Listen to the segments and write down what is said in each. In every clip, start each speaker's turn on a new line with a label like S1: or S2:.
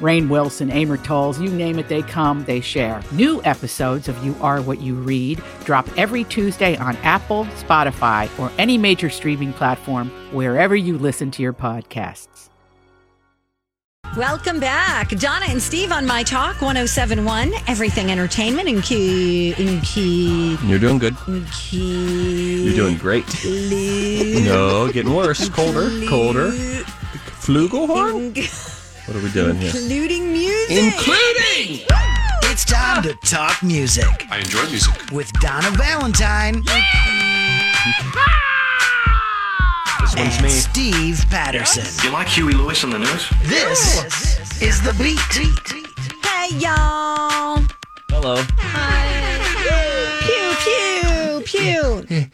S1: Rain Wilson, Amor Tolls, you name it, they come, they share. New episodes of You Are What You Read drop every Tuesday on Apple, Spotify, or any major streaming platform wherever you listen to your podcasts.
S2: Welcome back. Donna and Steve on My Talk 1071, Everything Entertainment in Key. In Key.
S3: You're doing good.
S2: In Key.
S3: You're doing great. No, getting worse. Colder, colder. Flugelhorn? What are we doing here?
S2: Including music.
S3: Including!
S4: It's time to talk music
S5: I enjoy music.
S4: with Donna Valentine
S3: This one's
S4: and
S3: me.
S4: Steve Patterson.
S5: You like Huey Lewis on the news?
S4: This is the beat.
S2: Hey, y'all.
S3: Hello.
S2: Pew, pew,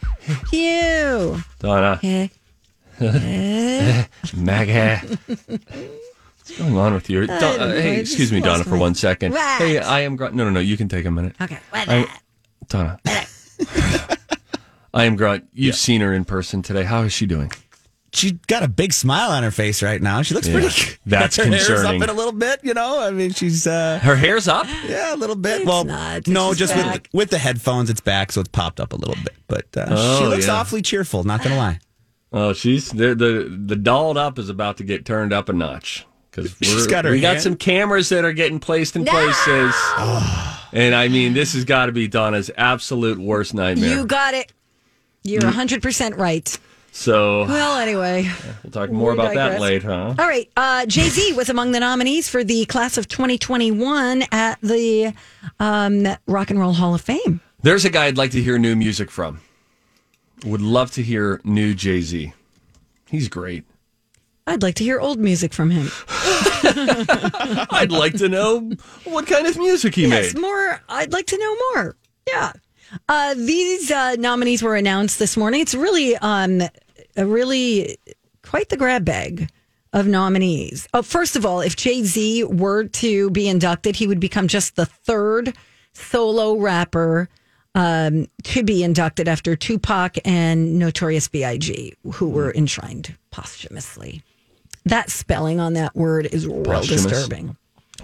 S2: pew. pew.
S3: Donna.
S2: Eh,
S3: Maga. What's going on with you? Don- uh,
S2: know.
S3: hey,
S2: It
S3: excuse me,
S2: just
S3: Donna, for
S2: wasn't-
S3: one second.
S2: What?
S3: Hey, I am. Gr- no, no, no. You can take a minute.
S2: Okay. Well,
S3: I, Donna. I am Grunt. You've seen her in person today. How is she doing?
S6: she got a big smile on her face right now. She looks
S3: Yeah.
S6: pretty. good.
S3: That's
S6: her hair's
S3: concerning.
S6: up in a little bit, you know. I mean, she's uh,
S3: Her hair's up.
S6: yeah, a little bit. well,
S2: not. It's
S6: no,
S2: just
S6: just with,
S2: back.
S6: with the headphones, it's back, so it's popped up a little bit. But uh, she
S3: Oh,
S6: looks
S3: yeah.
S6: awfully cheerful. Not gonna lie.
S3: Oh, she's the the the dolled up is about to get turned up a notch because
S6: She's got her
S3: we got
S6: hand-
S3: some cameras that are getting placed in places, and I mean this has got to be Donna's absolute worst nightmare.
S2: you got it.
S3: Mm.
S2: You're 100% right.
S3: so
S2: Well, anyway.
S3: we'll talk more
S2: we
S3: about that
S2: digress.
S3: later, huh?
S2: All right. Uh, Jay Z was among the nominees for the class of 2021 at the um, Rock and Roll Hall of Fame.
S3: There's a guy I'd like to hear new music from. Would love to hear new Jay Z. He's great.
S2: I'd like to hear old music from him.
S3: I'd like to know what kind of music he
S2: Yes,
S3: made.
S2: more. I'd like to know more. Yeah. Uh, these uh, nominees were announced this morning. It's really, um, a really quite the grab bag of nominees. Oh, first of all, if Jay Z were to be inducted, he would become just the third solo rapper um, to be inducted after Tupac and Notorious B.I.G., who were enshrined posthumously. That spelling on that word is real
S3: Posthumous.
S2: disturbing.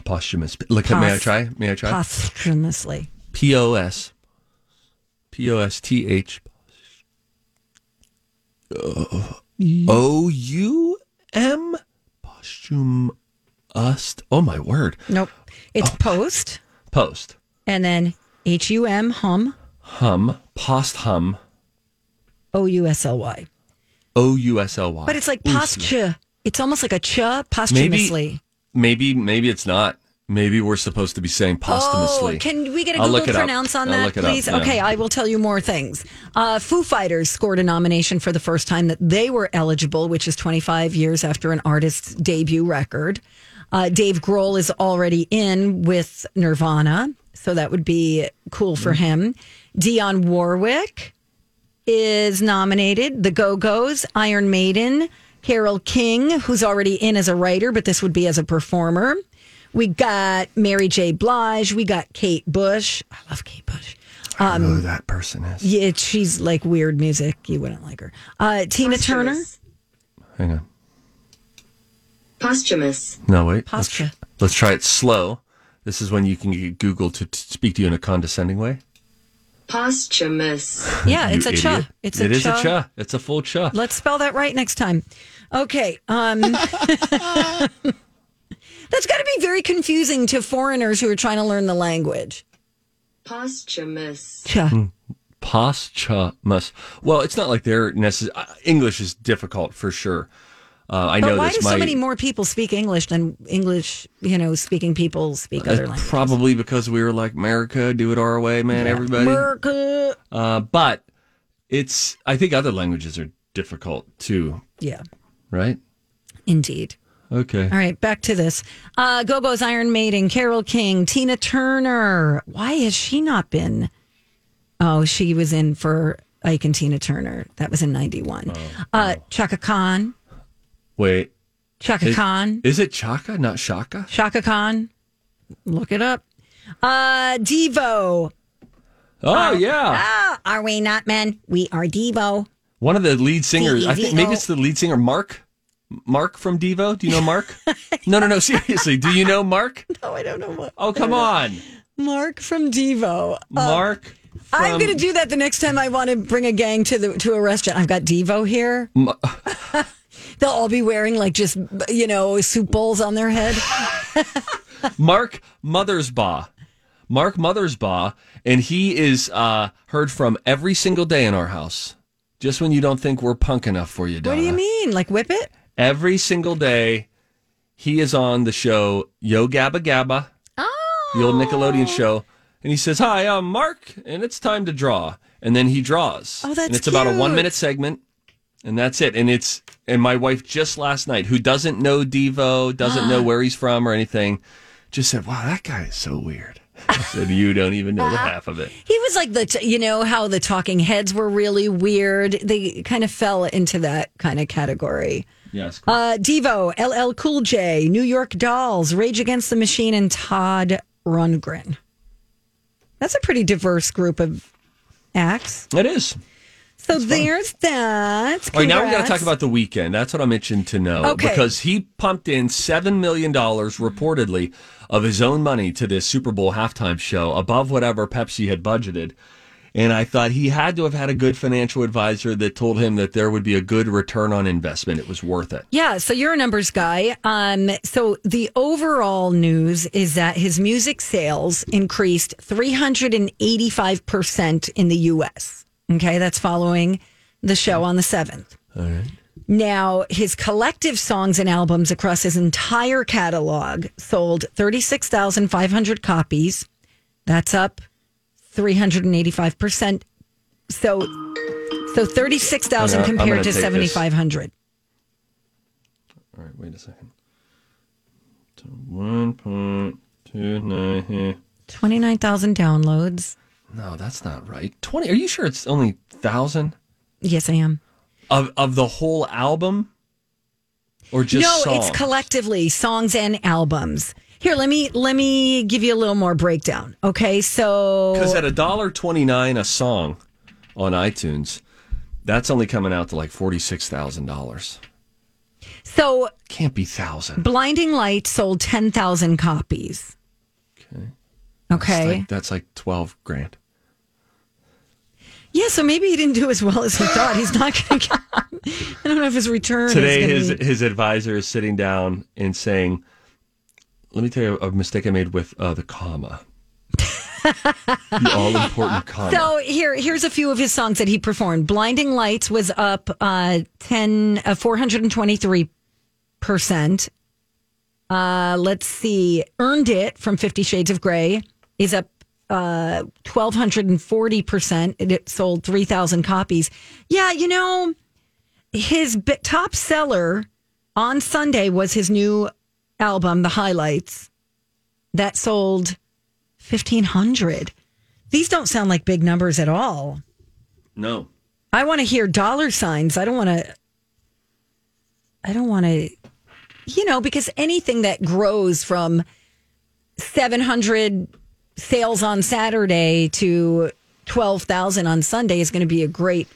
S3: Posthumous. Look, may I
S2: Pos-
S3: try? May I try?
S2: Posthumously.
S3: P O S P O S T H
S2: Uh,
S3: O U M posthum ust. Oh my word.
S2: Nope. It's
S3: Oh.
S2: post
S3: Post
S2: and then H U M hum
S3: hum post hum
S2: O U S L Y.
S3: O U S L Y.
S2: But it's like
S3: Oosly.
S2: posture. It's almost like a ch
S3: Maybe
S2: posthumously.
S3: maybe maybe it's not. Maybe we're supposed to be saying posthumously.
S2: Oh, can we get a
S3: I'll look
S2: Google
S3: it up.
S2: pronounce on
S3: I'll
S2: that,
S3: look it up,
S2: please?
S3: yeah.
S2: Okay, I will tell you more things. Uh, Foo Fighters scored a nomination for the first time that they were eligible, which is 25 years after an artist's debut record. Uh, Dave Grohl is already in with Nirvana, so that would be cool
S3: Mm.
S2: for him. Dionne Warwick is nominated. The Go Go's, Iron Maiden, Carol King, who's already in as a writer, but this would be as a performer. We got Mary J. Blige. We got Kate Bush. I love Kate Bush. um,
S3: I don't know who that person is.
S2: Yeah, she's like weird music. You wouldn't like her. Uh, Tina Turner.
S3: Hang on.
S7: Posthumous.
S3: No, wait. Let's,
S2: Posture.
S3: let's try it slow. This is when you can get Google to t- speak to you in a condescending way.
S7: Posthumous.
S2: Yeah, it's
S3: You
S2: a
S3: idiot.
S2: cha. It's a
S3: It is
S2: cha.
S3: cha. It's a full cha.
S2: Let's spell that right next time. Okay. Um, that's got to be very confusing to foreigners who are trying to learn the language.
S7: Posthumous.
S2: Cha.
S3: uh, Posthumous. Well, it's not like they're necessary. English is difficult for sure. Uh, I know
S2: But why
S3: this
S2: do
S3: might
S2: so many more people speak English than English, you know, speaking people speak
S3: That's
S2: other languages?
S3: probably because we were like America, do it our way, man, everybody.
S2: America.
S3: Uh, but it's I think other languages are difficult too,
S2: Yeah,
S3: right?
S2: indeed.
S3: Okay.
S2: All right, back to this. Uh, Go Go's Iron Maiden, Carol King, Tina Turner. Why has she not been? Oh, she was in for Ike and Tina Turner. That was in 91.
S3: Oh,
S2: uh, Chaka Khan.
S3: Wait.
S2: Chaka
S3: Is-
S2: Khan.
S3: Is it Chaka, not Shaka?
S2: Chaka Khan. Look it up. Uh, Devo.
S3: Oh yeah.
S2: Ah, are we not men? We are Devo.
S3: One of the lead singers, I think maybe
S2: Devo.
S3: it's the lead singer Mark. Mark from Devo. Do you know Mark? no, no, no, seriously. Do you know Mark?
S2: Oh, I don't know what.
S3: Oh, come
S2: Um,
S3: on.
S2: Mark from Devo.
S3: Mark.
S2: I'm going to do that the next time I want to bring a gang to the to a restaurant. I've got Devo here. They'll all be wearing like just you know soup bowls on their head.
S3: Mark Mothersbaugh. Mark Mothersbaugh, and he is uh, heard from every single day in our house. Just when you don't think we're punk enough for you,
S2: What
S3: Donna.
S2: do you mean? Like whip it?
S3: Every single day, he is on the show Yo Gabba Gabba,
S2: Oh,
S3: the old Nickelodeon show, and he says, "Hi, I'm Mark, and it's time to draw." And then he draws.
S2: Oh, that's
S3: And it's about a
S2: cute.
S3: one-minute segment, and that's it. And it's and my wife just last night, who doesn't know Devo, doesn't know where he's from or anything, just said, "Wow, that guy is so weird." I said, "You don't even know the half of it."
S2: he was like the t- you know how the talking heads were really weird. They kind of fell into that kind of category.
S3: Yes.
S2: Uh, Devo, LL Cool J, New York Dolls, Rage Against the Machine, and Todd Rundgren. That's a pretty diverse group of acts.
S3: it is.
S2: So there's that.
S3: All right, now we got to
S2: Congrats.
S3: talk about the weekend. That's what I'm itching to know
S2: Okay.
S3: because he pumped in seven million dollars reportedly of his own money to this Super Bowl halftime show, above whatever Pepsi had budgeted. And I thought he had to have had a good financial advisor that told him that there would be a good return on investment. It was worth it.
S2: Yeah, so you're a numbers guy. Um, so the overall news is that his music sales increased 385% in the US. Okay, that's following the show on the 7th. Now, his collective songs and albums across his entire catalog sold 36,500 copies. That's up 385%. So so 36,000
S3: I'm gonna- I'm
S2: compared
S3: gonna
S2: to
S3: take this.
S2: 7,500.
S3: All right, wait a second. So one point two nine.
S2: 29,000 downloads.
S3: No, that's not right. Twenty? Are you sure it's only thousand
S2: Yes, I am.
S3: of of the whole album, or just
S2: no,
S3: songs?
S2: it's collectively songs and albums. Here, let me let me give you a little more breakdown. Okay,
S3: Because
S2: so
S3: at a dollar twenty nine a song on iTunes, that's only coming out to like forty six thousand dollars.
S2: so
S3: Can't be thousand.
S2: Blinding Light sold 10,000 copies.
S3: Okay.
S2: Okay.
S3: That's like, that's like twelve grand.
S2: yeah, so maybe he didn't do as well as he thought. He's not going to get I don't know if his return
S3: Today,
S2: is
S3: his
S2: going to be
S3: his advisor is sitting down and saying, "Let me tell you a mistake I made with uh, the comma, the all important comma."
S2: so here, here's a few of his songs that he performed. Blinding Lights was up uh, 10, uh, 423 percent. Uh, let's see, Earned It from Fifty Shades of Grey is up uh, 1,240 percent. It sold 3,000 copies. Yeah, you know, his b- top seller on Sunday was his new album, The Highlights, that sold 1,500. These don't sound like big numbers at all.
S3: no,
S2: I want to hear dollar signs. I don't want to. I don't want to, you know, because anything that grows from 700 sales on Saturday to 12,000 on Sunday is going to be a great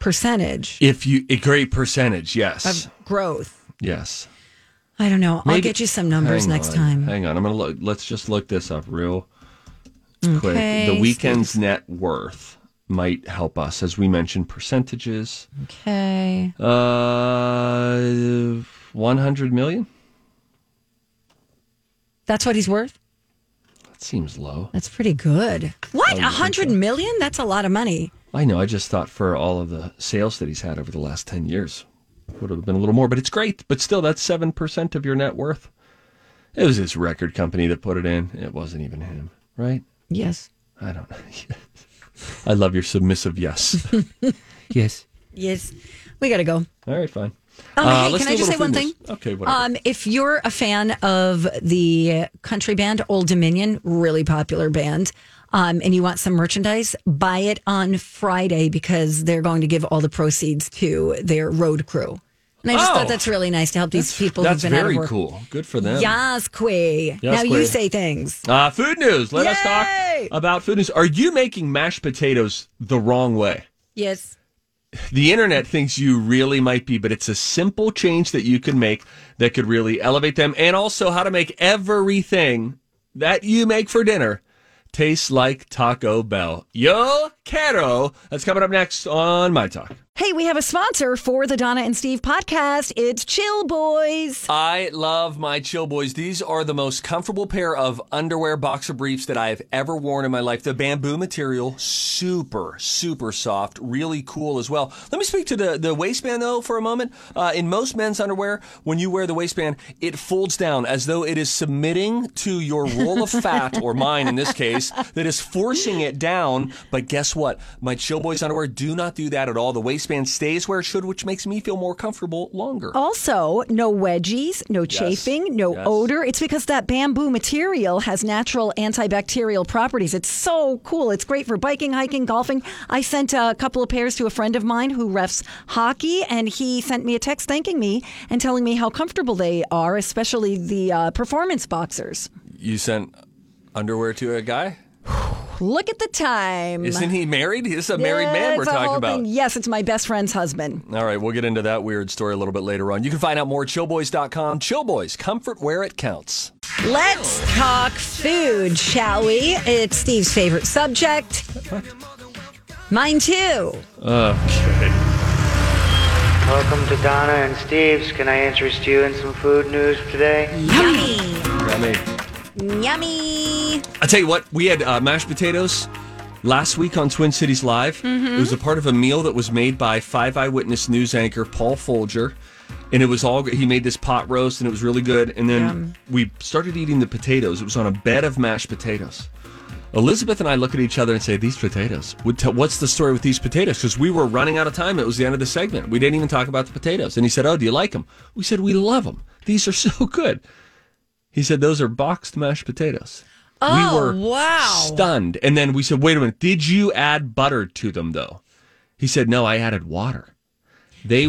S2: percentage
S3: if you a great percentage, yes,
S2: of growth.
S3: yes.
S2: I don't know. I'll
S3: Maybe-
S2: get you some numbers
S3: Hang
S2: next
S3: on,
S2: time.
S3: Hang on, I'm gonna look. Let's just look this up real quick.
S2: Okay,
S3: The weekend's net worth might help us, as we mentioned percentages.
S2: Okay.
S3: Uh, one hundred million.
S2: That's what he's worth?
S3: That seems low.
S2: That's pretty good. What?
S3: I
S2: A
S3: would think
S2: hundred
S3: so.
S2: million? That's a lot of money.
S3: I know. I just thought for all of the sales that he's had over the last ten years, Would have been a little more, but it's great. But still, that's 7% of your net worth. It was his record company that put it in. It wasn't even him, right?
S2: Yes.
S3: I don't know. I love your submissive yes.
S6: Yes.
S2: Yes. We got to go.
S3: All right, fine.
S2: Um,
S3: Uh,
S2: hey,
S3: let's
S2: can
S3: do
S2: I
S3: a
S2: just say
S3: little
S2: one
S3: food
S2: thing?
S3: news. Okay, whatever.
S2: Um, if you're a fan of the country band Old Dominion, really popular band, um, and you want some merchandise, buy it on Friday because they're going to give all the proceeds to their road crew. And I just
S3: Oh.
S2: thought that's really nice to help these people
S3: That's
S2: who've been out
S3: very
S2: of work.
S3: cool. Good for them.
S2: Yas, Quay. now
S3: Quay.
S2: you say things.
S3: Uh, food news. Let us talk
S2: Yay!
S3: about food news. Are you making mashed potatoes the wrong way?
S2: Yes.
S3: The internet thinks you really might be, but it's a simple change that you can make that could really elevate them. And also, how to make everything that you make for dinner taste like Taco Bell. Yo quiero. That's coming up next on My Talk.
S2: Hey, we have a sponsor for the Donna and Steve podcast. It's Chill Boys.
S3: I love my Chill Boys. These are the most comfortable pair of underwear boxer briefs that I have ever worn in my life. The bamboo material, super, super soft, really cool as well. Let me speak to the, the waistband though for a moment. Uh, in most men's underwear, when you wear the waistband, it folds down as though it is submitting to your roll of fat, or mine in this case, that is forcing it down. But guess what? My Chill Boys underwear do not do that at all. The waistband stays where it should, which makes me feel more comfortable longer.
S5: Also, no wedgies, no chafing, no
S3: Yes.
S5: odor. It's because that bamboo material has natural antibacterial properties. It's so cool. It's great for biking, hiking, golfing. I sent a couple of pairs to a friend of mine who refs hockey, and he sent me a text thanking me and telling me how comfortable they are, especially the uh, performance boxers.
S3: You sent underwear to a guy?
S5: Look at the time.
S3: Isn't he married? He's a married man
S5: It's
S3: we're
S5: a
S3: talking
S5: whole
S3: about.
S5: thing. Yes, it's my best friend's husband.
S3: All right, we'll get into that weird story a little bit later on. You can find out more at chillboys.com. Chillboys, comfort where it counts.
S2: Let's talk food, shall we? It's Steve's favorite subject. Mine too.
S8: Welcome to Donna and Steve's. Can I interest you in some food news today?
S2: Yummy.
S3: I mean,
S2: Yummy.
S3: I tell you what, we had uh, mashed potatoes last week on Twin Cities Live.
S5: Mm-hmm.
S3: It was a part of a meal that was made by Five Eyewitness News anchor Paul Folger. And it was all, he made this pot roast and it was really good. And then we started eating the potatoes. It was on a bed of mashed potatoes. Elizabeth and I look at each other and say, These potatoes. Would tell, what's the story with these potatoes? Because we were running out of time. It was the end of the segment. We didn't even talk about the potatoes. And he said, Oh, do you like them? We said, We love them. These are so good. He said, Those are boxed mashed potatoes.
S2: Oh,
S3: we were
S2: wow.
S3: stunned. And then we said, Wait a minute. Did you add butter to them, though? He said, No, I added water. They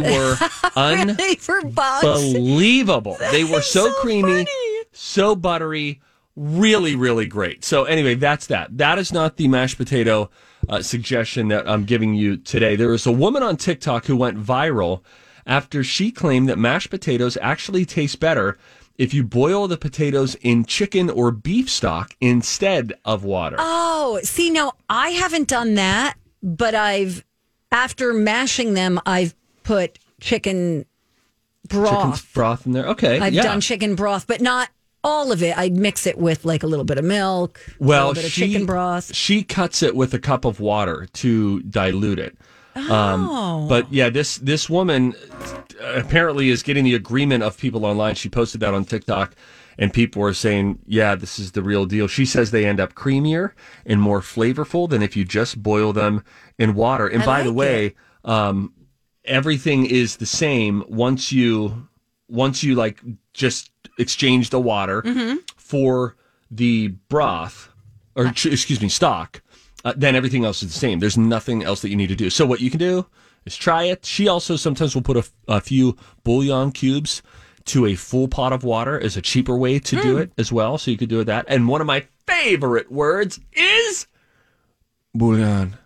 S3: were un
S2: Hey, for bugs.
S3: unbelievable. They were so, creamy, so buttery, really, really great. So anyway, that's that. That is not the mashed potato uh, suggestion that I'm giving you today. There is a woman on TikTok who went viral after she claimed that mashed potatoes actually taste better if you boil the potatoes in chicken or beef stock instead of water.
S2: Oh, see, now I haven't done that, but I've, after mashing them, I've put chicken
S3: Chicken's
S2: broth.
S3: broth in there. Okay.
S2: I've
S3: yeah.
S2: done chicken broth, but not all of it. I'd mix it with like a little bit of milk, a
S3: well,
S2: little bit
S3: she,
S2: of chicken broth.
S3: She cuts it with a cup of water to dilute it.
S2: Oh.
S3: Um, but yeah, this this woman uh, apparently is getting the agreement of people online. She posted that on TikTok, and people are saying, "Yeah, this is the real deal." She says they end up creamier and more flavorful than if you just boil them in water. And by the way, um, everything is the same once you once you like just exchange the water
S2: Mm-hmm.
S3: for the broth or ch- excuse me stock uh, then everything else is the same there's nothing else that you need to do so what you can do is try it she also sometimes will put a, f- a few bouillon cubes to a full pot of water as a cheaper way to
S2: Mm.
S3: do it as well so you could do that and one of my favorite words is bouillon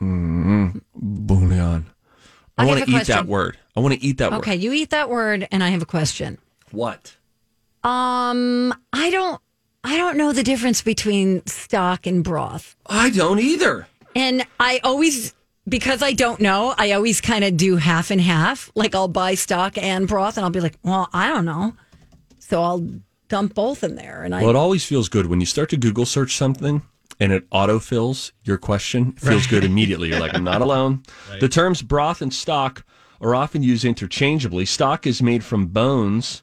S3: mm bouillon i
S2: I
S3: want
S2: have
S3: to
S2: a
S3: eat that
S2: question.
S3: word i want to eat that
S2: Okay,
S3: word
S2: you eat that word, and I have a question.
S3: what
S2: Um, I don't, I don't know the difference between stock and broth,
S3: i don't either
S2: and I always because I don't know, I always kind of do half and half. Like I'll buy stock and broth, and I'll be like, well, I don't know, so I'll dump both in there, and I.
S3: Well, it always feels good when you start to Google search something and it autofills your question. It feels good immediately. You're like, I'm not alone. The terms broth and stock are often used interchangeably. Stock is made from bones,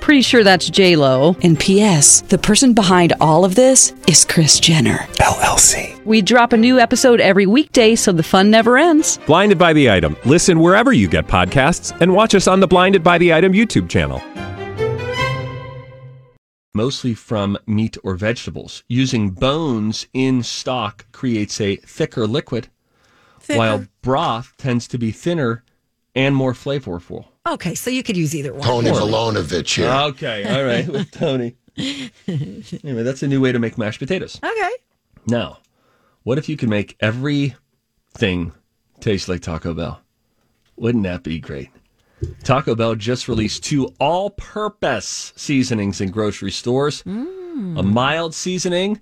S9: Pretty sure that's J Lo.
S10: And P.S. The person behind all of this is Chris Jenner
S11: LLC.
S9: We drop a new episode every weekday, so the fun never ends.
S11: Blinded by the item. Listen wherever you get podcasts, and watch us on the Blinded by the Item YouTube channel.
S3: mostly from meat or vegetables. Using bones in stock creates a thicker liquid, while broth tends to be thinner and more flavorful.
S2: Okay, so you could use either one.
S12: Tony Milonovich here.
S3: Okay, all right, with Tony. anyway, that's a new way to make mashed potatoes.
S2: Okay.
S3: Now, what if you could make everything taste like Taco Bell? Wouldn't that be great? Taco Bell just released two all purpose seasonings in grocery stores a mild seasoning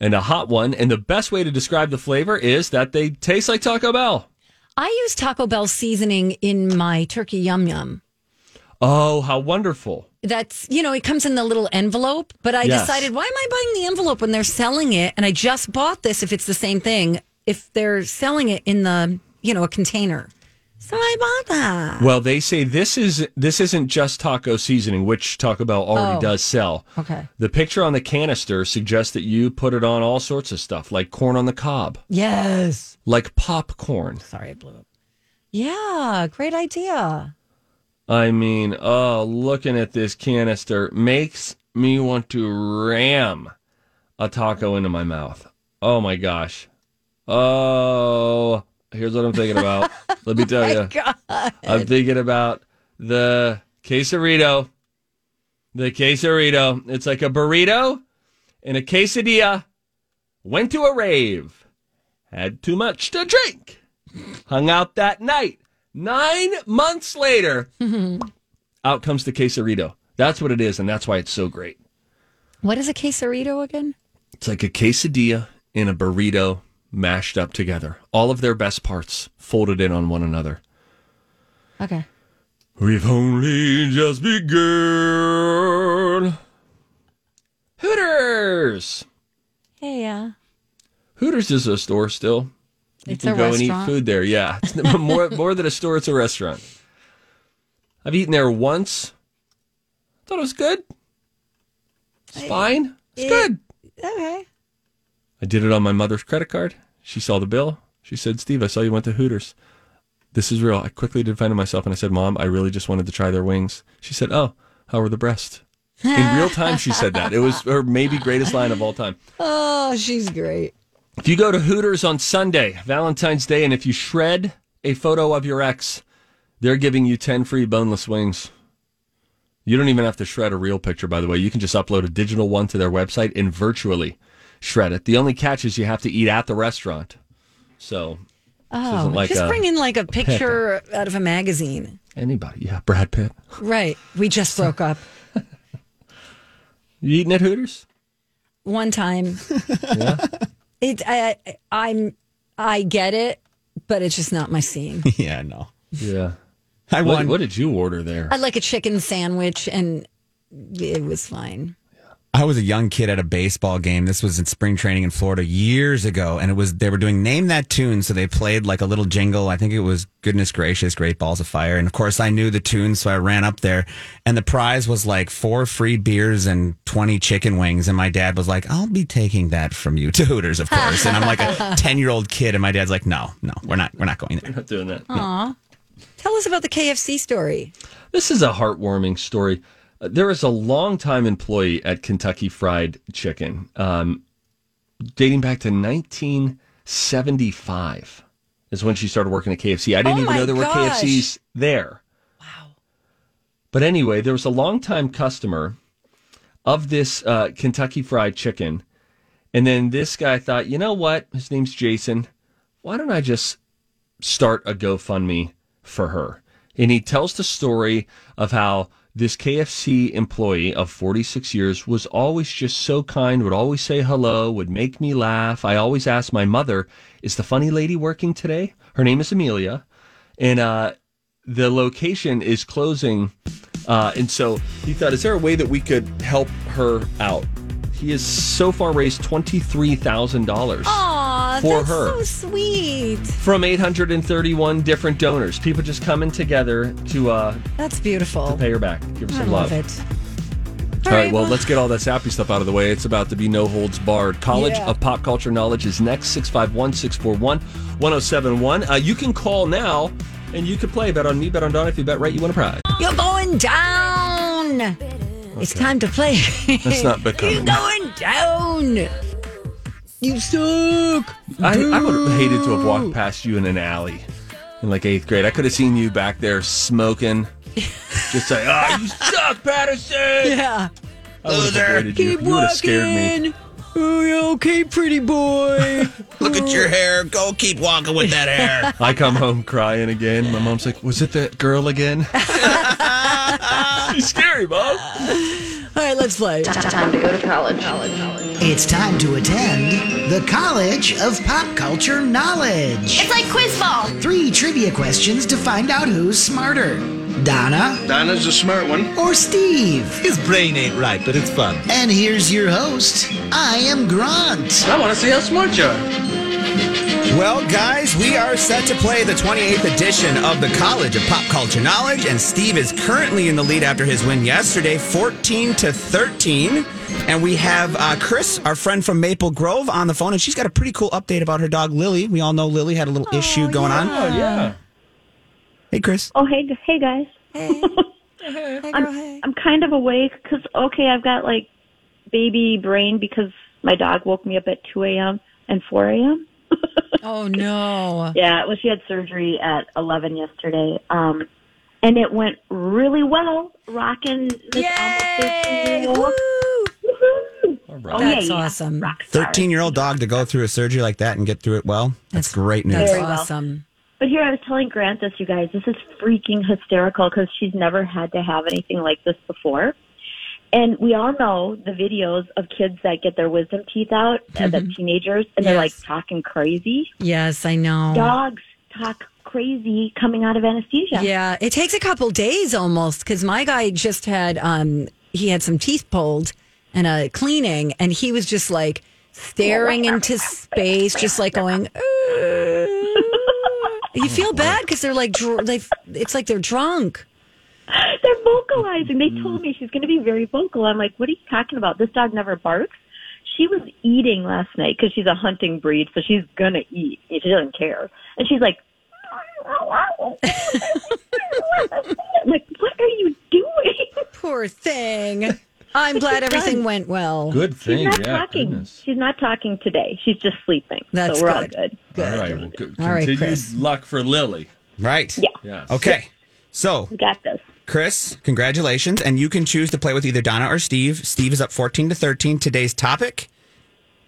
S3: and a hot one. And the best way to describe the flavor is that they taste like Taco Bell.
S2: I use Taco Bell seasoning in my turkey yum yum.
S3: Oh, how wonderful.
S2: That's, you know, it comes in the little envelope, but I
S3: Yes.
S2: decided, why am I buying the envelope when they're selling it? And I just bought this if it's the same thing, if they're selling it in the, you know, a container. So I bought that.
S3: Well, they say this is this isn't just taco seasoning, which Taco Bell already
S2: Oh.
S3: does sell.
S2: Okay.
S3: The picture on the canister suggests that you put it on all sorts of stuff, like corn on the cob,
S2: Yes.
S3: like popcorn.
S2: Sorry, I blew up. Yeah, great idea.
S3: I mean, oh, looking at this canister makes me want to ram a taco into my mouth. Oh my gosh. Oh, here's what I'm thinking about. Let me tell you. I'm thinking about the quesarito. The quesarito. It's like a burrito and a quesadilla. Went to a rave. Had too much to drink. Hung out that night. Nine months later, out comes the quesarito. That's what it is, and that's why it's so great.
S2: What is a quesarito again?
S3: It's like a quesadilla and a burrito mashed up together. All of their best parts folded in on one another.
S2: Okay.
S3: We've only just begun. Hooters!
S2: Hey, yeah.
S3: Hooters is a store still. You
S2: It's
S3: can
S2: a
S3: go
S2: restaurant.
S3: and eat food there. Yeah, it's n- more more than a store, it's a restaurant. I've eaten there once. Thought it was good. It's fine. It's good.
S2: Okay.
S3: I did it on my mother's credit card. She saw the bill. She said, "Steve, I saw you went to Hooters. This is real." I quickly defended myself and I said, "Mom, I really just wanted to try their wings." She said, "Oh, how were the breasts?" In real time, she said that. It was her maybe greatest line of all time.
S2: Oh, she's great.
S3: If you go to Hooters on Sunday, Valentine's Day, and if you shred a photo of your ex, they're giving you 10 free boneless wings. You don't even have to shred a real picture, by the way. You can just upload a digital one to their website and virtually shred it. The only catch is you have to eat at the restaurant. So,
S2: Oh,
S3: isn't like
S2: just
S3: a-
S2: bring in like a picture out of a magazine.
S3: anybody, yeah, Brad Pitt.
S2: Right. We just broke up
S3: You eating at Hooters?
S2: one time. It. I, I. I'm. I get it, but it's just not my scene.
S6: yeah, no.
S3: Yeah.
S6: I
S3: What,
S6: won.
S3: what did you order there?
S2: I like a chicken sandwich, and it was fine.
S6: I was a young kid at a baseball game. This was in spring training in Florida years ago, and it was they were doing name that tune, so they played like a little jingle. I think it was "Goodness Gracious, Great Balls of Fire," and of course I knew the tune, so I ran up there, and the prize was like four free beers and twenty chicken wings. And my dad was like, "I'll be taking that from you to Hooters, of course." And I'm like a ten year old kid, and my dad's like, "No, no, we're not, we're not going there."
S3: not doing that.
S2: Tell us about the KFC story.
S3: This is a heartwarming story. Uh, There is a longtime employee at Kentucky Fried Chicken, um, dating back to 1975, is when she started working at KFC. I didn't
S2: Oh
S3: even
S2: my
S3: know there were
S2: gosh.
S3: KFCs there. But anyway, there was a longtime customer of this uh, Kentucky Fried Chicken. And then this guy thought, you know what? His name's Jason. Why don't I just start a GoFundMe for her? and he tells the story of how this KFC employee of 46 years was always just so kind, would always say hello, would make me laugh. I always asked my mother, Is the funny lady working today? Her name is Amelia. And uh, the location is closing. Uh, and so he thought, Is there a way that we could help her out? He has so far raised $23,000
S5: Aw,
S3: for
S5: that's
S3: her
S5: so sweet.
S3: from 831 different donors. People just coming together to uh,
S5: That's beautiful.
S3: to pay her back. Give her
S5: I
S3: some
S5: love
S3: love.
S5: it.
S3: All right, well, let's get all this happy stuff out of the way. It's about to be no holds barred. College
S5: Yeah.
S3: of Pop Culture Knowledge is next 651 641 1071. Uh, You can call now and you can play. Bet on me, bet on Donna. If you bet right, you win a prize.
S2: You're going down. It's time to play.
S3: That's not
S2: You're
S3: becoming.
S2: going down. You suck.
S3: I, I would have hated to have walked past you in an alley in like eighth grade. I could have seen you back there smoking. Just say, ah, you suck, Patterson.
S2: Yeah.
S3: I would have avoided you. You would have scared me.
S2: Oh, okay, pretty boy.
S6: Look at your hair. Go keep walking with that hair.
S3: I come home crying again. My mom's like, was it that girl again? She's scary,
S2: All
S3: Mom.
S2: right, let's play.
S4: Time to go to college. It's time to attend the College of Pop Culture Knowledge. It's like quiz ball. Three trivia questions to find out who's smarter. Donna
S12: Donna's a smart one.
S4: or Steve.
S12: His brain ain't right, but it's fun.
S4: And here's your host. I am Grant.
S12: I want to see how smart you are.
S6: Well, guys, we are set to play the 28th edition of the College of Pop Culture Knowledge, and Steve is currently in the lead after his win yesterday, 14 to 13. And we have uh, Chris, our friend from Maple Grove, on the phone, and she's got a pretty cool update about her dog Lily. We all know Lily had a little
S1: Oh,
S6: issue going on.
S3: yeah.
S6: Hey, Chris.
S13: Oh, hey, g- hey guys. Hey. I'm, I'm kind of awake because, okay, I've got like baby brain because my dog woke me up at 2 a.m. and 4 a.m.
S2: oh, no.
S13: Yeah, well, she had surgery at 11 yesterday. Um, and it went really well. Rocking this Yay! almost 13 All
S6: right.
S13: Oh, yeah,
S2: That's
S13: yeah.
S2: awesome.
S6: 13 year old dog to go through a surgery like that and get through it well. That's, great news.
S13: Very well. But here I was telling Grant this, you guys. This is freaking hysterical because she's never had to have anything like this before. And we all know the videos of kids that get their wisdom teeth out, uh,
S6: Mm-hmm.
S13: the teenagers, and they're like talking crazy.
S2: Yes, I know.
S13: Dogs talk crazy coming out of anesthesia.
S2: Yeah, it takes a couple days almost because my guy just had um he had some teeth pulled and a cleaning, and he was just like staring into space, just like going. "Ooh."
S3: Oh,
S2: You feel bad because they're like dr- they it's like they're drunk.
S13: They're vocalizing. They told me she's going to be very vocal. I'm like, what are you talking about? This dog never barks. She was eating last night because she's a hunting breed, so she's going to eat. She doesn't care. And she's like, I'm like, what are you doing?
S2: Poor thing. I'm glad everything went well.
S3: Good
S13: She's not talking. She's not talking today. She's just sleeping.
S2: That's
S13: so we're
S2: good.
S13: all good.
S3: All right. Well, good.
S2: All right,
S3: continued
S2: Chris.
S3: luck for Lily.
S6: Right.
S3: Yeah. Yes.
S6: Okay. So,
S13: got this.
S6: Chris, congratulations. And you can choose to play with either Donna or Steve. Steve is up 14 to 13. Today's topic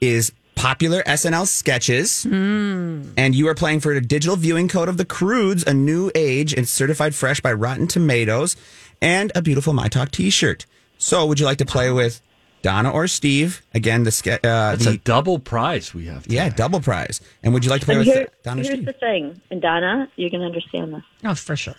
S6: is popular SNL sketches. And you are playing for a digital viewing code of The Crudes, A New Age, and certified fresh by Rotten Tomatoes, and a beautiful My Talk t shirt. So, would you like to play with Donna or Steve? Again, the sketch. Uh,
S3: That's
S6: the,
S3: a double prize we have.
S6: yeah, double prize. And would you like to play
S13: And
S6: with
S13: here,
S6: Donna or
S13: here's
S6: Steve?
S13: the thing, and Donna, you're going to understand this.
S2: Oh, for sure.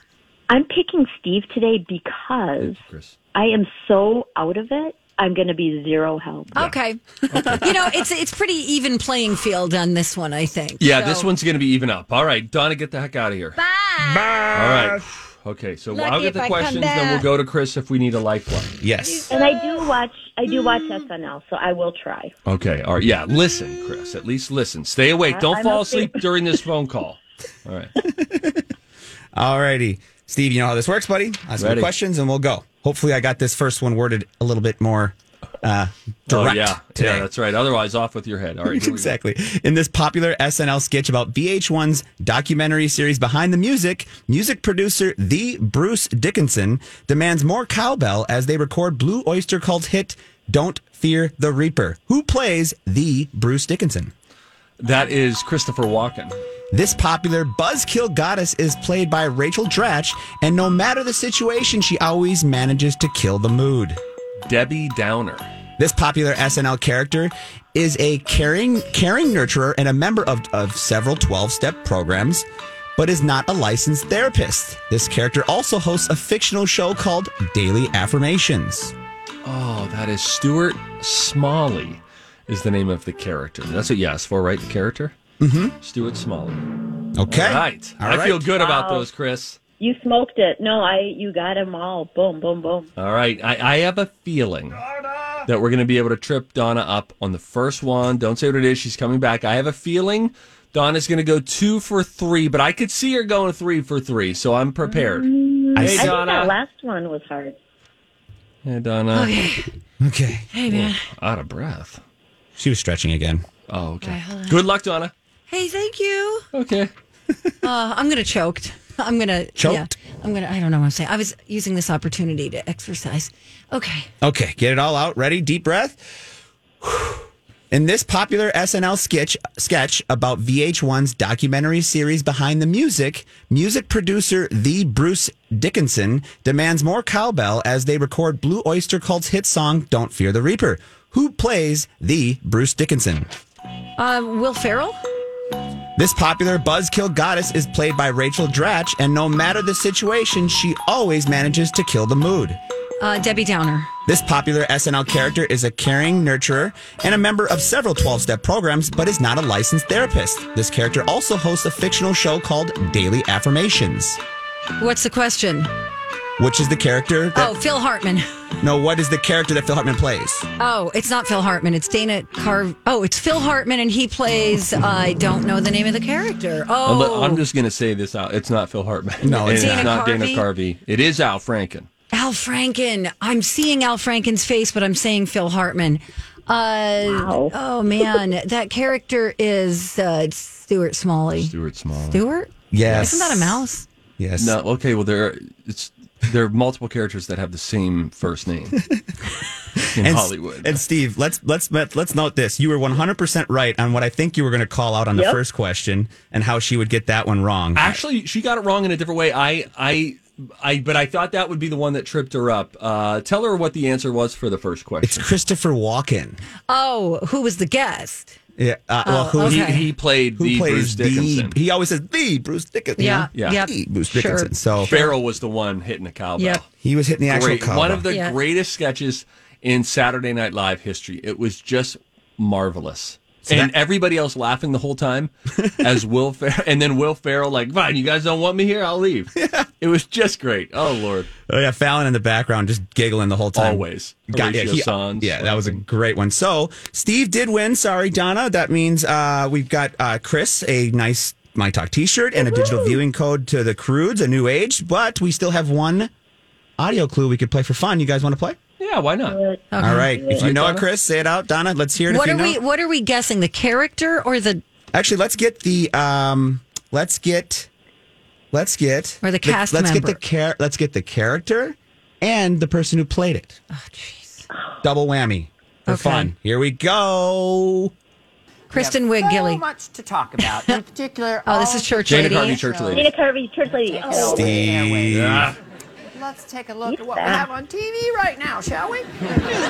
S13: I'm picking Steve today because
S3: Chris.
S13: I am so out of it. I'm going to be zero help.
S2: Okay. you know, it's it's pretty even playing field on this one, I think.
S3: Yeah,
S2: So-
S3: this one's going to be even up. All right, Donna, get the heck out of here. Bye. All right. Okay, so
S13: Lucky
S3: I'll get
S13: if
S3: the
S13: I come
S3: questions, then we'll
S13: back.
S3: go to Chris if we need a lifeline.
S6: Yes.
S13: And I do watch, I do watch SNL, so I will try.
S3: Okay. All right. Yeah. Listen, Chris. At least listen. Stay awake.
S13: I-
S3: Don't
S13: I'm
S3: fall
S13: up here.
S3: asleep during this phone call. All right.
S6: Alrighty, Steve, you know how this works, buddy. I have some
S3: Ready.
S6: questions and we'll go. Hopefully, I got this first one worded a little bit more uh, direct
S3: oh yeah.
S6: today.
S3: Yeah. That's right. Otherwise, off with your head. All right. here we go.
S6: exactly. In this popular SNL sketch about VH1's documentary series Behind the Music, music producer The Bruce Dickinson demands more cowbell as they record Blue Oyster Cult's hit Don't Fear the Reaper. Who plays The Bruce Dickinson?
S3: That is Christopher Walken.
S6: This popular buzzkill goddess is played by Rachel Dratch, and no matter the situation, she always manages to kill the mood.
S3: Debbie Downer.
S6: This popular SNL character is a caring, caring nurturer and a member of, of several 12 step programs, but is not a licensed therapist. This character also hosts a fictional show called Daily Affirmations.
S3: Oh, that is Stuart Smalley, is the name of the character. That's what you asked for, right? The character?
S6: Mm-hmm.
S3: Stuart Smalley.
S6: Okay.
S3: All right.
S6: All
S3: I
S6: right.
S3: feel good about
S13: Wow.
S3: those, Chris.
S13: You smoked it. No, I you got them all. Boom, boom, boom.
S3: All right. I, I have a feeling that we're going to be able to trip Donna up on the first one. Don't say what it is. She's coming back. I have a feeling Donna's going to go two for three, but I could see her going three for three, so I'm prepared.
S13: I
S3: Hey,
S13: think that
S3: Donna.
S13: last one was hard.
S3: Hey,
S2: Oh,
S3: Donna.
S6: Okay.
S13: Hey
S3: Out of breath.
S6: She was stretching again.
S3: Oh, okay.
S2: hold on.
S3: Good luck, Donna.
S2: Hey, thank you.
S3: Okay.
S2: uh, I'm gonna choked. I'm gonna
S6: Choked?
S2: Yeah, I'm gonna. I don't know what I'm saying. I was using this opportunity to exercise. Okay.
S6: Okay, get it all out. Ready? Deep breath. In this popular SNL sketch sketch about VH1's documentary series Behind the Music, music producer The Bruce Dickinson demands more cowbell as they record Blue Oyster Cult's hit song Don't Fear the Reaper. Who plays The Bruce Dickinson?
S2: Uh, Will Ferrell.
S6: This popular buzzkill goddess is played by Rachel Dratch, and no matter the situation, she always manages to kill the mood.
S2: Uh, Debbie Downer.
S6: This popular SNL character is a caring nurturer and a member of several 12 step programs, but is not a licensed therapist. This character also hosts a fictional show called Daily Affirmations,
S2: What's the question?
S6: which is the character that.
S2: Oh, Phil Hartman.
S6: No, what is the character that Phil Hartman plays?
S2: Oh, it's not Phil Hartman. It's Dana Carv. Oh, it's Phil Hartman, and he plays. I don't know the name of the character.
S3: I'm,
S2: Oh,
S3: I'm just going to say this out. It's not Phil Hartman.
S6: No,
S3: And
S6: it's
S3: it's
S2: not.
S3: not
S2: Dana
S3: Dana Carvey. It is Al Franken.
S2: Al Franken. I'm seeing Al Franken's face, but I'm saying Phil Hartman. Uh, Oh man, that character is uh, Stuart Smalley.
S3: Stuart Small.
S2: Stuart?
S6: Yes.
S2: Isn't that a mouse?
S6: Yes.
S3: No. Okay. Well, there are, it's there are multiple characters that have the same first name in
S6: and,
S3: Hollywood.
S6: And Steve, let's let's let, us let us note this. You were 100% right on what I think you were going to call out on the
S3: Yep.
S6: first question and how she would get that one wrong.
S3: Actually, she got it wrong in a different way. I I I but I thought that would be the one that tripped her up. Uh, tell her what the answer was for the first question.
S6: It's Christopher Walken.
S2: Oh, who was the guest?
S6: Yeah. Uh, well,
S2: Oh,
S6: who
S2: okay. He- he
S3: played
S6: who
S3: the Bruce
S6: plays the-
S3: Dickinson.
S6: he always says the Bruce Dickinson.
S2: Yeah,
S3: Yeah.
S2: yep.
S6: The Bruce
S2: Sure.
S6: Dickinson. So
S3: Farrell was the one hitting the cowbell.
S2: Yep.
S6: he was hitting the actual
S3: Great.
S6: cowbell.
S3: One of the
S2: Yeah.
S3: greatest sketches in Saturday Night Live history. It was just marvelous.
S6: So
S3: and everybody else laughing the whole time as Will Fer- and then Will Farrell like, "Fine, you guys don't want me here, I'll leave." It was just great. Oh lord.
S6: Oh yeah, Fallon in the background just giggling the whole time.
S3: Always.
S6: yeah,
S3: Horatio Sanz
S6: yeah, that was a great one. So Steve did win. Sorry, Donna. That means uh, we've got uh, Chris a nice My Talk T-shirt and a digital viewing code to the Crudes, a new age. But we still have one audio clue we could play for fun. You guys want to play?
S3: Yeah, why not?
S6: All right. If you
S3: Right,
S6: know it,
S3: Donna?
S6: Chris, say it out. Donna, let's hear it.
S2: What
S6: if
S2: are
S6: you know.
S2: we? What are we guessing? The character or the
S6: Actually, let's get the um, let's get let's get
S2: Or the cast
S6: let's
S2: member.
S6: get the char- let's get the character and the person who played it. Oh jeez. Double whammy for
S2: Okay.
S6: fun. Here we go.
S2: Kristen Wiig Gilly?
S1: much to talk about. In particular,
S2: Oh, this is church
S3: Dana
S2: lady.
S3: Carvey, church lady. Ah,
S13: Dana Carvey, church lady. Oh,
S6: Steve.
S3: Yeah.
S1: Let's take a look at what we have on TV right now, shall we?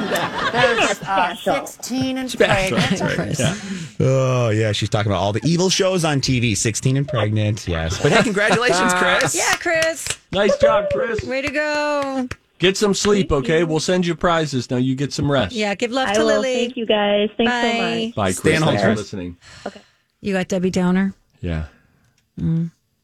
S1: There's uh, 16 and
S6: That's right,
S1: pregnant.
S6: that's right, yeah. Oh yeah, she's talking about all the evil shows on TV. Sixteen and pregnant. Yes, but hey, congratulations, Chris.
S2: Yeah, Chris.
S3: Nice job, Chris.
S2: Way to go.
S3: Get some sleep, okay? We'll send you prizes. Now you get some rest.
S2: Yeah, give love
S13: I
S2: to
S13: will.
S2: Lily.
S13: Thank you guys. Thanks
S2: Bye.
S13: so much.
S3: Bye,
S6: Stay
S3: Chris.
S6: on hold,
S3: Thanks for
S6: Chris.
S3: listening.
S2: You got Debbie Downer.
S3: Yeah.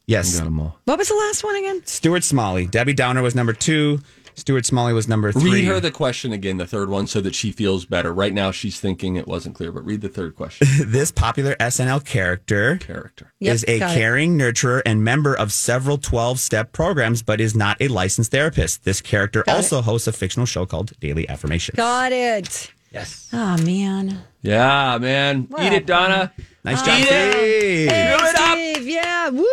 S6: Yes,
S3: Got 'em all.
S2: What was the last one again?
S6: Stuart Smalley. Debbie Downer was number two. Stuart Smalley was number three.
S3: Read her the question again, the third one, so that she feels better. Right now, she's thinking it wasn't clear, but read the third question.
S6: this popular SNL character
S3: Character.
S2: Yep,
S6: is a
S2: got it.
S6: caring nurturer and member of several 12 step programs, but is not a licensed therapist. This character
S2: Got it.
S6: also hosts a fictional show called Daily Affirmations.
S2: Got it.
S6: Yes.
S2: Oh man.
S3: Yeah, man. Eat it, Donna.
S6: Nice job,
S3: Eat
S6: Steve.
S3: Do it up.
S2: Steve, yeah. Woo!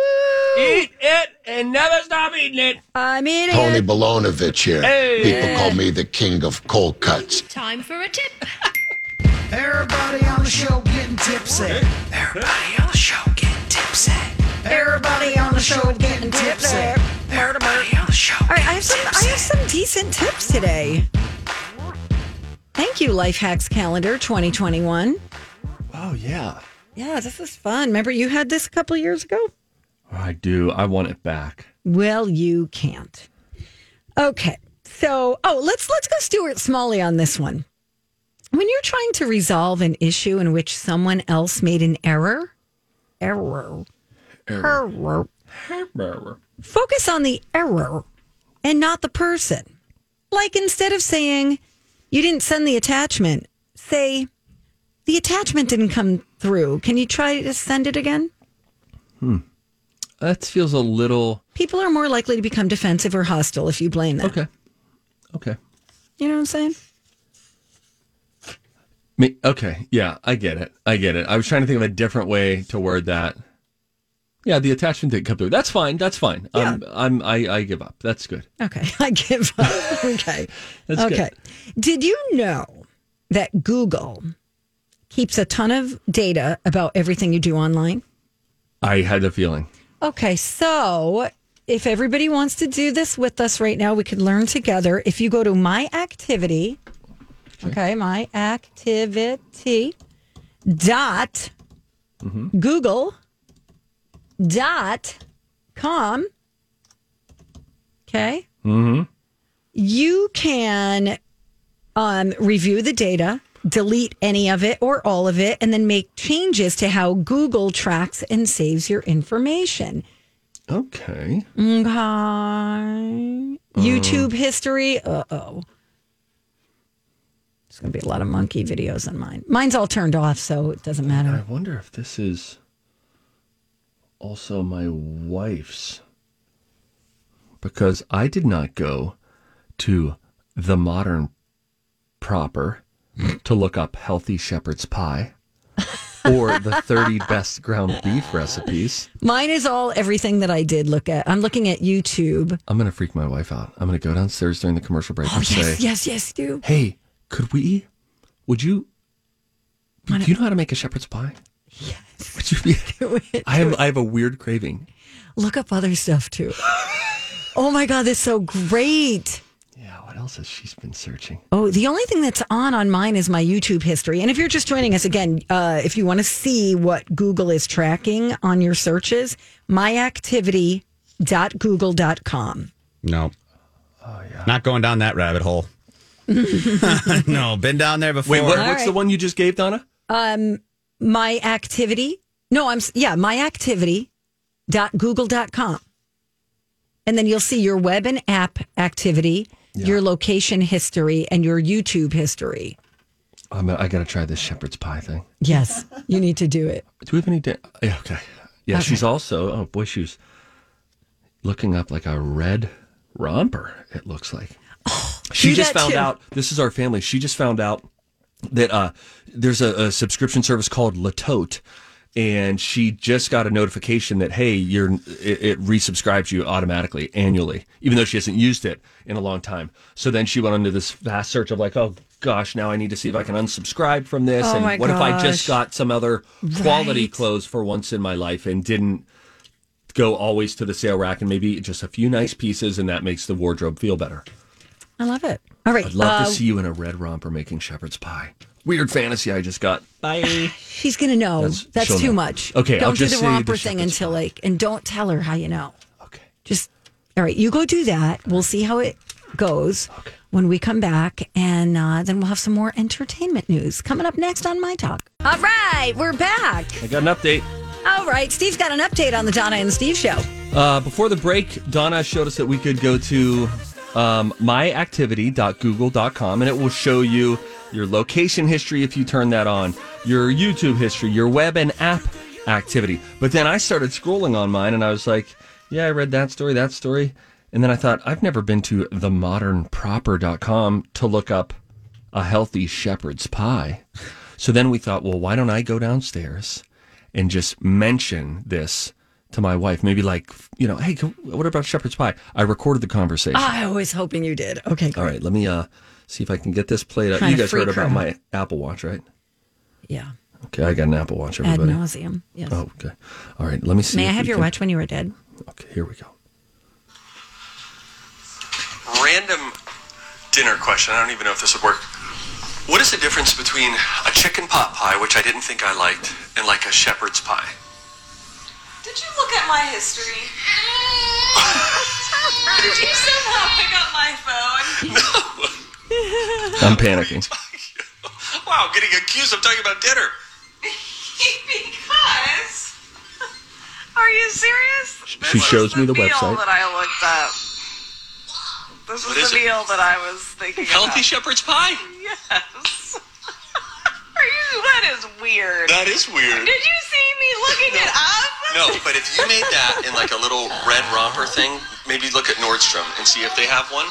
S3: Eat it and never stop eating it.
S2: I'm eating
S14: Tony
S2: it.
S14: Bolonovich here.
S3: Hey.
S14: People call me the king of cold cuts.
S15: Time for a tip.
S16: Everybody on the show getting tipsy. Everybody on the show getting tipsy.
S2: Everybody on the show getting tipsy. Everybody on the show. All right, I have some. I have some decent tips today. Thank you, Life Hacks Calendar 2021.
S3: Oh yeah.
S2: Yeah, this is fun. Remember, you had this a couple years ago.
S3: I do. I want it back.
S2: Well, you can't. Okay. So, oh, let's let's go Stuart Smalley on this one. When you're trying to resolve an issue in which someone else made an error, error, error, focus on the error and not the person. Like instead of saying you didn't send the attachment, say the attachment didn't come through. Can you try to send it again?
S3: Hmm. That feels a little
S2: People are more likely to become defensive or hostile if you blame them.
S3: Okay. okay.
S2: You know what I'm saying?
S3: Me, okay, yeah, I get it. I get it. I was trying to think of a different way to word that. Yeah, the attachment didn't come through. That's fine. That's fine. I'm, I'm, I, I give up. That's good.
S2: Okay. I give up. okay.
S3: That's good.
S2: okay. Did you know that Google keeps a ton of data about everything you do online?
S3: I had the feeling.
S2: Okay, so if everybody wants to do this with us right now, we could learn together. If you go to my activity, okay, my activity dot Google dot com, okay,
S3: Mm-hmm.
S2: you can um, review the data, delete any of it or all of it, and then make changes to how Google tracks and saves your information.
S3: Okay.
S2: Okay. YouTube history. Uh oh. There's going to be a lot of monkey videos on mine. Mine's all turned off, so it doesn't
S3: I
S2: matter.
S3: wonder if this is also my wife's because I did not go to the modern proper to look up healthy shepherd's pie or the 30 best ground beef recipes.
S2: Mine is all everything that I did look at. I'm looking at YouTube.
S3: I'm going to freak my wife out. I'm going to go downstairs during the commercial break
S2: Oh,
S3: and
S2: yes,
S3: say,
S2: yes, yes, do.
S3: "Hey, could we would you do you know how to make a shepherd's pie?" Would you be I have I have a weird craving.
S2: Look up other stuff too. oh my God, that's so great.
S3: Yeah, what else has she been searching?
S2: Oh, the only thing that's on on mine is my YouTube history. And if you're just joining us again, uh, if you want to see what Google is tracking on your searches, myactivity.google.com.
S6: No. Not going down that rabbit hole. no, been down there before.
S3: Wait, what,
S2: All
S3: what's the
S2: right.
S3: one you just gave, Donna?
S2: Um, my activity. No, I'm s- yeah, myactivity.google.com. And then you'll see your web and app activity, your location history, and your YouTube history.
S3: I'm, I got to try this shepherd's pie thing.
S2: Yes, you need to do it.
S3: Do we have any? Da- yeah, okay. Yeah, she's also. Oh boy, she was looking up like a red romper. It looks like.
S17: Oh,
S3: she
S17: do
S3: just
S17: that
S3: found
S17: too.
S3: out. This is our family. She just found out that uh, there's a, a subscription service called Latote. And she just got a notification that hey, you're it, it resubscribes you automatically annually, even though she hasn't used it in a long time. So then she went into this fast search of like, oh gosh, now I need to see if I can unsubscribe from this,
S17: Oh,
S3: and
S17: my
S3: what if I
S17: gosh.
S3: just got some other quality
S17: Right.
S3: clothes for once in my life and didn't go always to the sale rack and maybe just a few nice pieces and that makes the wardrobe feel better.
S2: I love it. All right.
S3: I'd love
S2: uh,
S3: to see you in a red romper making shepherd's pie. Weird fantasy I just got. Bye.
S2: She's gonna know.
S3: That's-
S2: That's,
S3: she'll
S2: too
S3: know.
S2: much.
S3: Okay,
S2: don't
S3: I'll just
S2: do
S3: say
S2: the
S3: the
S2: romper thing until like, and don't tell her how you know. Okay. Just all right. You go do that. We'll see how it goes when we come back, and uh, then we'll have some more entertainment news coming up next on My Talk. All right, we're back.
S3: I got an update.
S2: All right, Steve's got an update on the Donna and Steve show.
S3: Uh, before the break, Donna showed us that we could go to um, myactivity.google.com and it will show you your location history if you turn that on, your YouTube history, your web and app activity. But then I started scrolling on mine and I was like, yeah, I read that story, that story. And then I thought, I've never been to themodernproper.com to look up a healthy shepherd's pie. So then we thought, well, why don't I go downstairs and just mention this to my wife? Maybe like, you know, hey, can- what about shepherd's pie? I recorded the conversation.
S2: I was hoping you did. Okay,
S3: All right, let me uh, see if I can get this played out.
S2: Trying
S3: You
S2: to
S3: guys heard
S2: freak her
S3: about
S2: out.
S3: my Apple Watch, right?
S2: Yeah.
S3: Okay, I got an Apple Watch,
S2: Ad
S3: everybody.
S2: nauseam. Yes.
S3: Oh, okay. All right, let me see.
S2: May I
S3: if
S2: have
S3: we
S2: your
S3: can-
S2: watch when you were dead?
S3: Okay, here we go.
S18: Random dinner question. I don't even know if this would work. What is the difference between a chicken pot pie, which I didn't think I liked, and like a shepherd's pie?
S19: Did you look at my history? Did you somehow pick up my phone? No.
S3: I'm panicking.
S18: Wow, getting accused of talking about dinner.
S19: because. Are you serious?
S3: She shows me the
S19: meal
S3: website.
S19: that I looked up. This was
S18: What
S19: the
S18: is it?
S19: meal that I was thinking
S18: Healthy
S19: about.
S18: shepherd's pie?
S19: Yes. Are you? That is weird.
S18: That is weird.
S19: Did you see me looking it up?
S18: No, but if you made that in like a little red romper thing, maybe look at Nordstrom and see if they have one.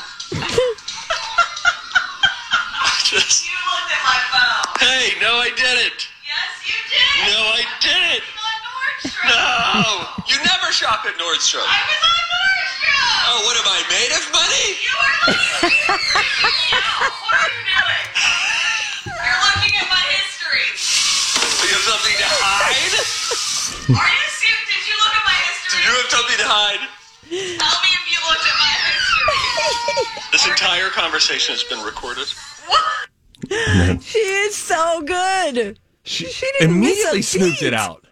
S18: Just-
S19: You looked at my phone.
S18: hey, no, I didn't.
S19: Yes, you did.
S18: No, I didn't.
S19: Nordstrom.
S18: No, you never shop at Nordstrom.
S19: I was on Nordstrom.
S18: Oh, what am I made of, money?
S19: You are looking at me now. What are you doing? You're looking at my history.
S18: Do you have something to hide?
S19: Are you serious? Did you look at my
S18: Do
S19: history?
S18: you have something to hide?
S19: Tell me if you looked at my history.
S18: This entire conversation has been recorded.
S2: She is so good. She, didn't Oh, miss a
S3: Immediately snooped
S2: beat.
S3: it out.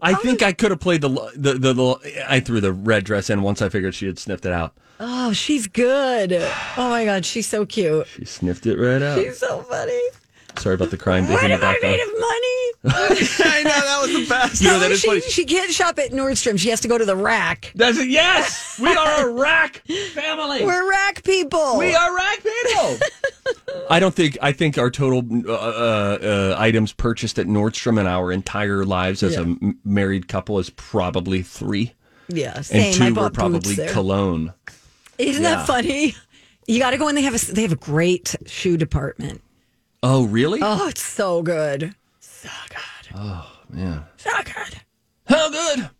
S3: I think I could have played the, lo- the the the. I threw the red dress in once I figured she had sniffed it out.
S2: Oh, she's good. Oh my God, she's so cute.
S3: She sniffed it right out.
S2: She's so funny.
S3: Sorry about the crying baby
S2: What
S3: in the
S2: am I
S3: background.
S2: made of money? Oh,
S3: I know that was the best. You know, that is
S2: she,
S3: funny.
S2: she can't shop at Nordstrom. She has to go to the rack.
S3: That's it. Yes, we are a rack family.
S2: We're rack people.
S3: We are rack people. I don't think I think our total uh, uh, uh, items purchased at Nordstrom in our entire lives as
S2: Yeah.
S3: a m- married couple is probably three.
S2: yeah, same.
S3: and
S2: I
S3: two were
S2: bought
S3: probably
S2: boots there.
S3: cologne.
S2: Isn't
S3: Yeah.
S2: that funny? You got to go in. They have a they have a great shoe department.
S3: Oh, really?
S2: Oh, it's so good.
S3: Oh, man.
S2: So good.
S3: How good?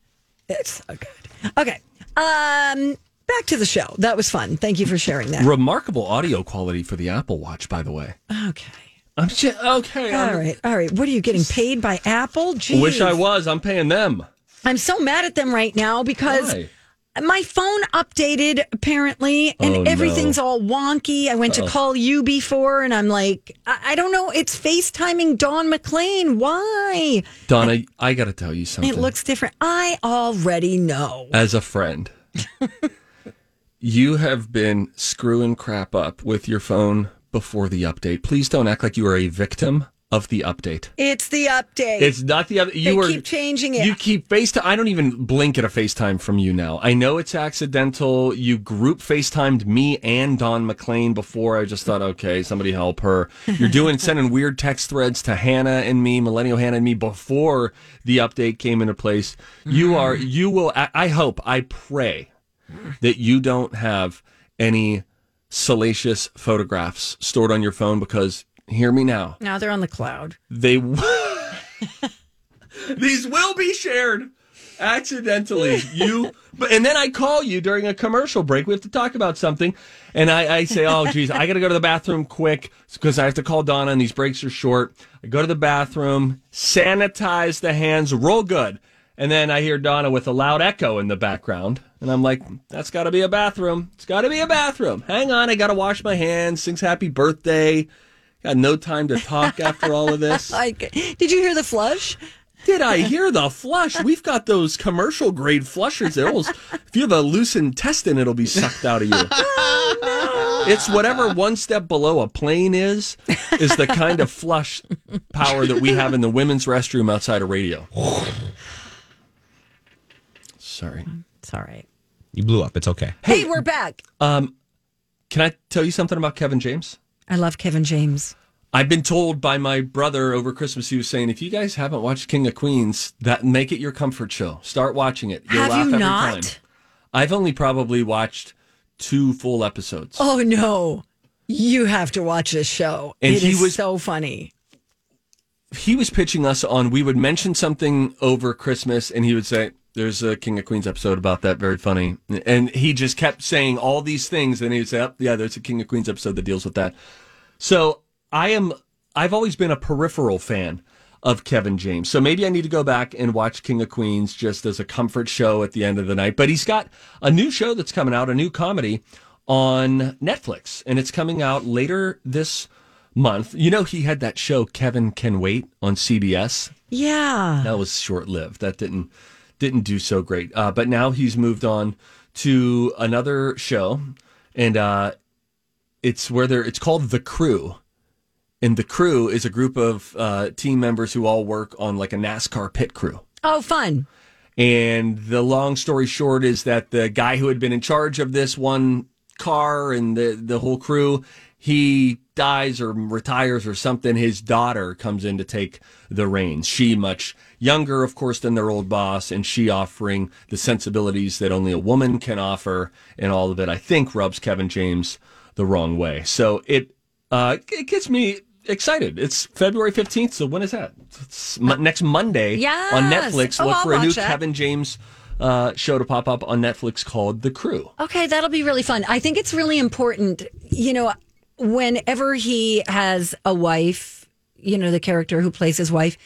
S2: It's so good. Okay. Um, back to the show. That was fun. Thank you for sharing that.
S3: Remarkable audio quality for the Apple Watch, by the way.
S2: Okay.
S3: I'm sh- okay.
S2: All
S3: I'm-
S2: right. All right. What are you getting paid by Apple? Jeez.
S3: Wish I was. I'm paying them.
S2: I'm so mad at them right now because
S3: Why?
S2: my phone updated apparently and
S3: Oh, no.
S2: everything's all wonky. I went
S3: Uh-oh.
S2: to call you before and I'm like, I, I don't know. It's FaceTiming Dawn McLean. Why?
S3: Donna, I got to tell you something.
S2: It looks different. I already know.
S3: as a friend, you have been screwing crap up with your phone before the update. Please don't act like you are a victim of the update.
S2: It's the update.
S3: It's not the other. You
S2: they
S3: were
S2: keep changing it.
S3: You keep FaceTime. I don't even blink at a FaceTime from you now. I know it's accidental. You group FaceTimed me and Don McLean before. I just thought, okay, somebody help her. You're doing sending weird text threads to Hannah and me, Millennial Hannah and me, before the update came into place.
S2: Mm-hmm.
S3: You are. You will. I, I hope. I pray that you don't have any salacious photographs stored on your phone because hear me now
S2: now they're on the cloud.
S3: they w- these will be shared accidentally you but and then i call you during a commercial break we have to talk about something and i, I say oh geez i gotta go to the bathroom quick because i have to call donna and these breaks are short i go to the bathroom sanitize the hands roll good and then i hear donna with a loud echo in the background and i'm like that's gotta be a bathroom it's gotta be a bathroom hang on i gotta wash my hands sings happy birthday got no time to talk after all of this
S2: Like, did you hear the flush?
S3: did I hear the flush? We've got those commercial grade flushers. That will, if you have a loose intestine, it'll be sucked out of you.
S2: Oh,
S3: It's whatever one step below a plane is, is the kind of flush power that we have in the women's restroom outside of radio. Sorry.
S2: It's all right.
S6: You blew up. It's okay.
S2: Hey, we're back.
S3: Um, can I tell you something about Kevin James?
S2: I love Kevin James.
S3: I've been told by my brother over Christmas, he was saying, if you guys haven't watched King of Queens, that make it your comfort show. Start watching it. You'll
S2: Have
S3: laugh
S2: you
S3: every
S2: not?
S3: time. I've only probably watched two full episodes.
S2: Oh no. You have to watch this show. It
S3: And
S2: is
S3: he was-
S2: so funny.
S3: He was pitching us on, we would mention something over Christmas, and he would say, there's a King of Queens episode about that. Very funny. And he just kept saying all these things. And he would say, oh, yeah, there's a King of Queens episode that deals with that. So I am, I've always been a peripheral fan. of Kevin James. So maybe I need to go back and watch King of Queens just as a comfort show at the end of the night. But he's got a new show that's coming out, a new comedy on Netflix, and it's coming out later this month. You know, he had that show Kevin Can Wait on CBS.
S2: Yeah.
S3: That was short lived. That didn't didn't do so great. Uh, but now he's moved on to another show, and uh, it's where they're it's called The Crew. And the crew is a group of uh, team members who all work on like a NASCAR pit crew.
S2: Oh, fun.
S3: And the long story short is that the guy who had been in charge of this one car and the, the whole crew, he dies or retires or something. His daughter comes in to take the reins. She, much younger, of course, than their old boss, and she offering the sensibilities that only a woman can offer. And all of it, I think, rubs Kevin James the wrong way. So it, uh, it gets me excited. It's February 15th. So when is that? It's mo- next Monday
S2: Yes.
S3: on Netflix.
S2: Oh,
S3: Look
S2: I'll
S3: for a new
S2: watch that.
S3: Kevin James uh, show to pop up on Netflix called The Crew.
S2: Okay, that'll be really fun. I think it's really important, you know, whenever he has a wife, you know, the character who plays his wife,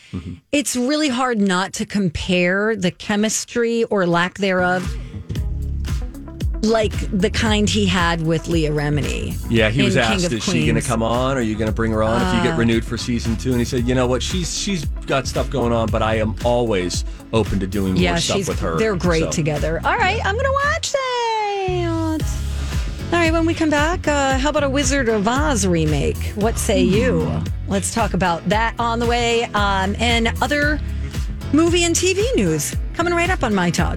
S2: it's really hard not to compare the chemistry or lack thereof, like the kind he had with Leah Remini.
S3: Yeah, he was
S2: in King
S3: asked,
S2: of
S3: "Is she going to
S2: Queens."
S3: come on? Are you going to bring her on if you
S2: Ah.
S3: get renewed for season two? And he said, "You know what? She's she's got stuff going on, but I am always open to doing
S2: Yeah,
S3: more stuff
S2: she's,
S3: with her.
S2: they're great
S3: So,
S2: together. All right, I'm going to watch that. All right, when we come back, uh, how about a Wizard of Oz remake? What say
S3: Hmm.
S2: you? Let's talk about that on the way um, and other movie and TV news coming right up on My Talk.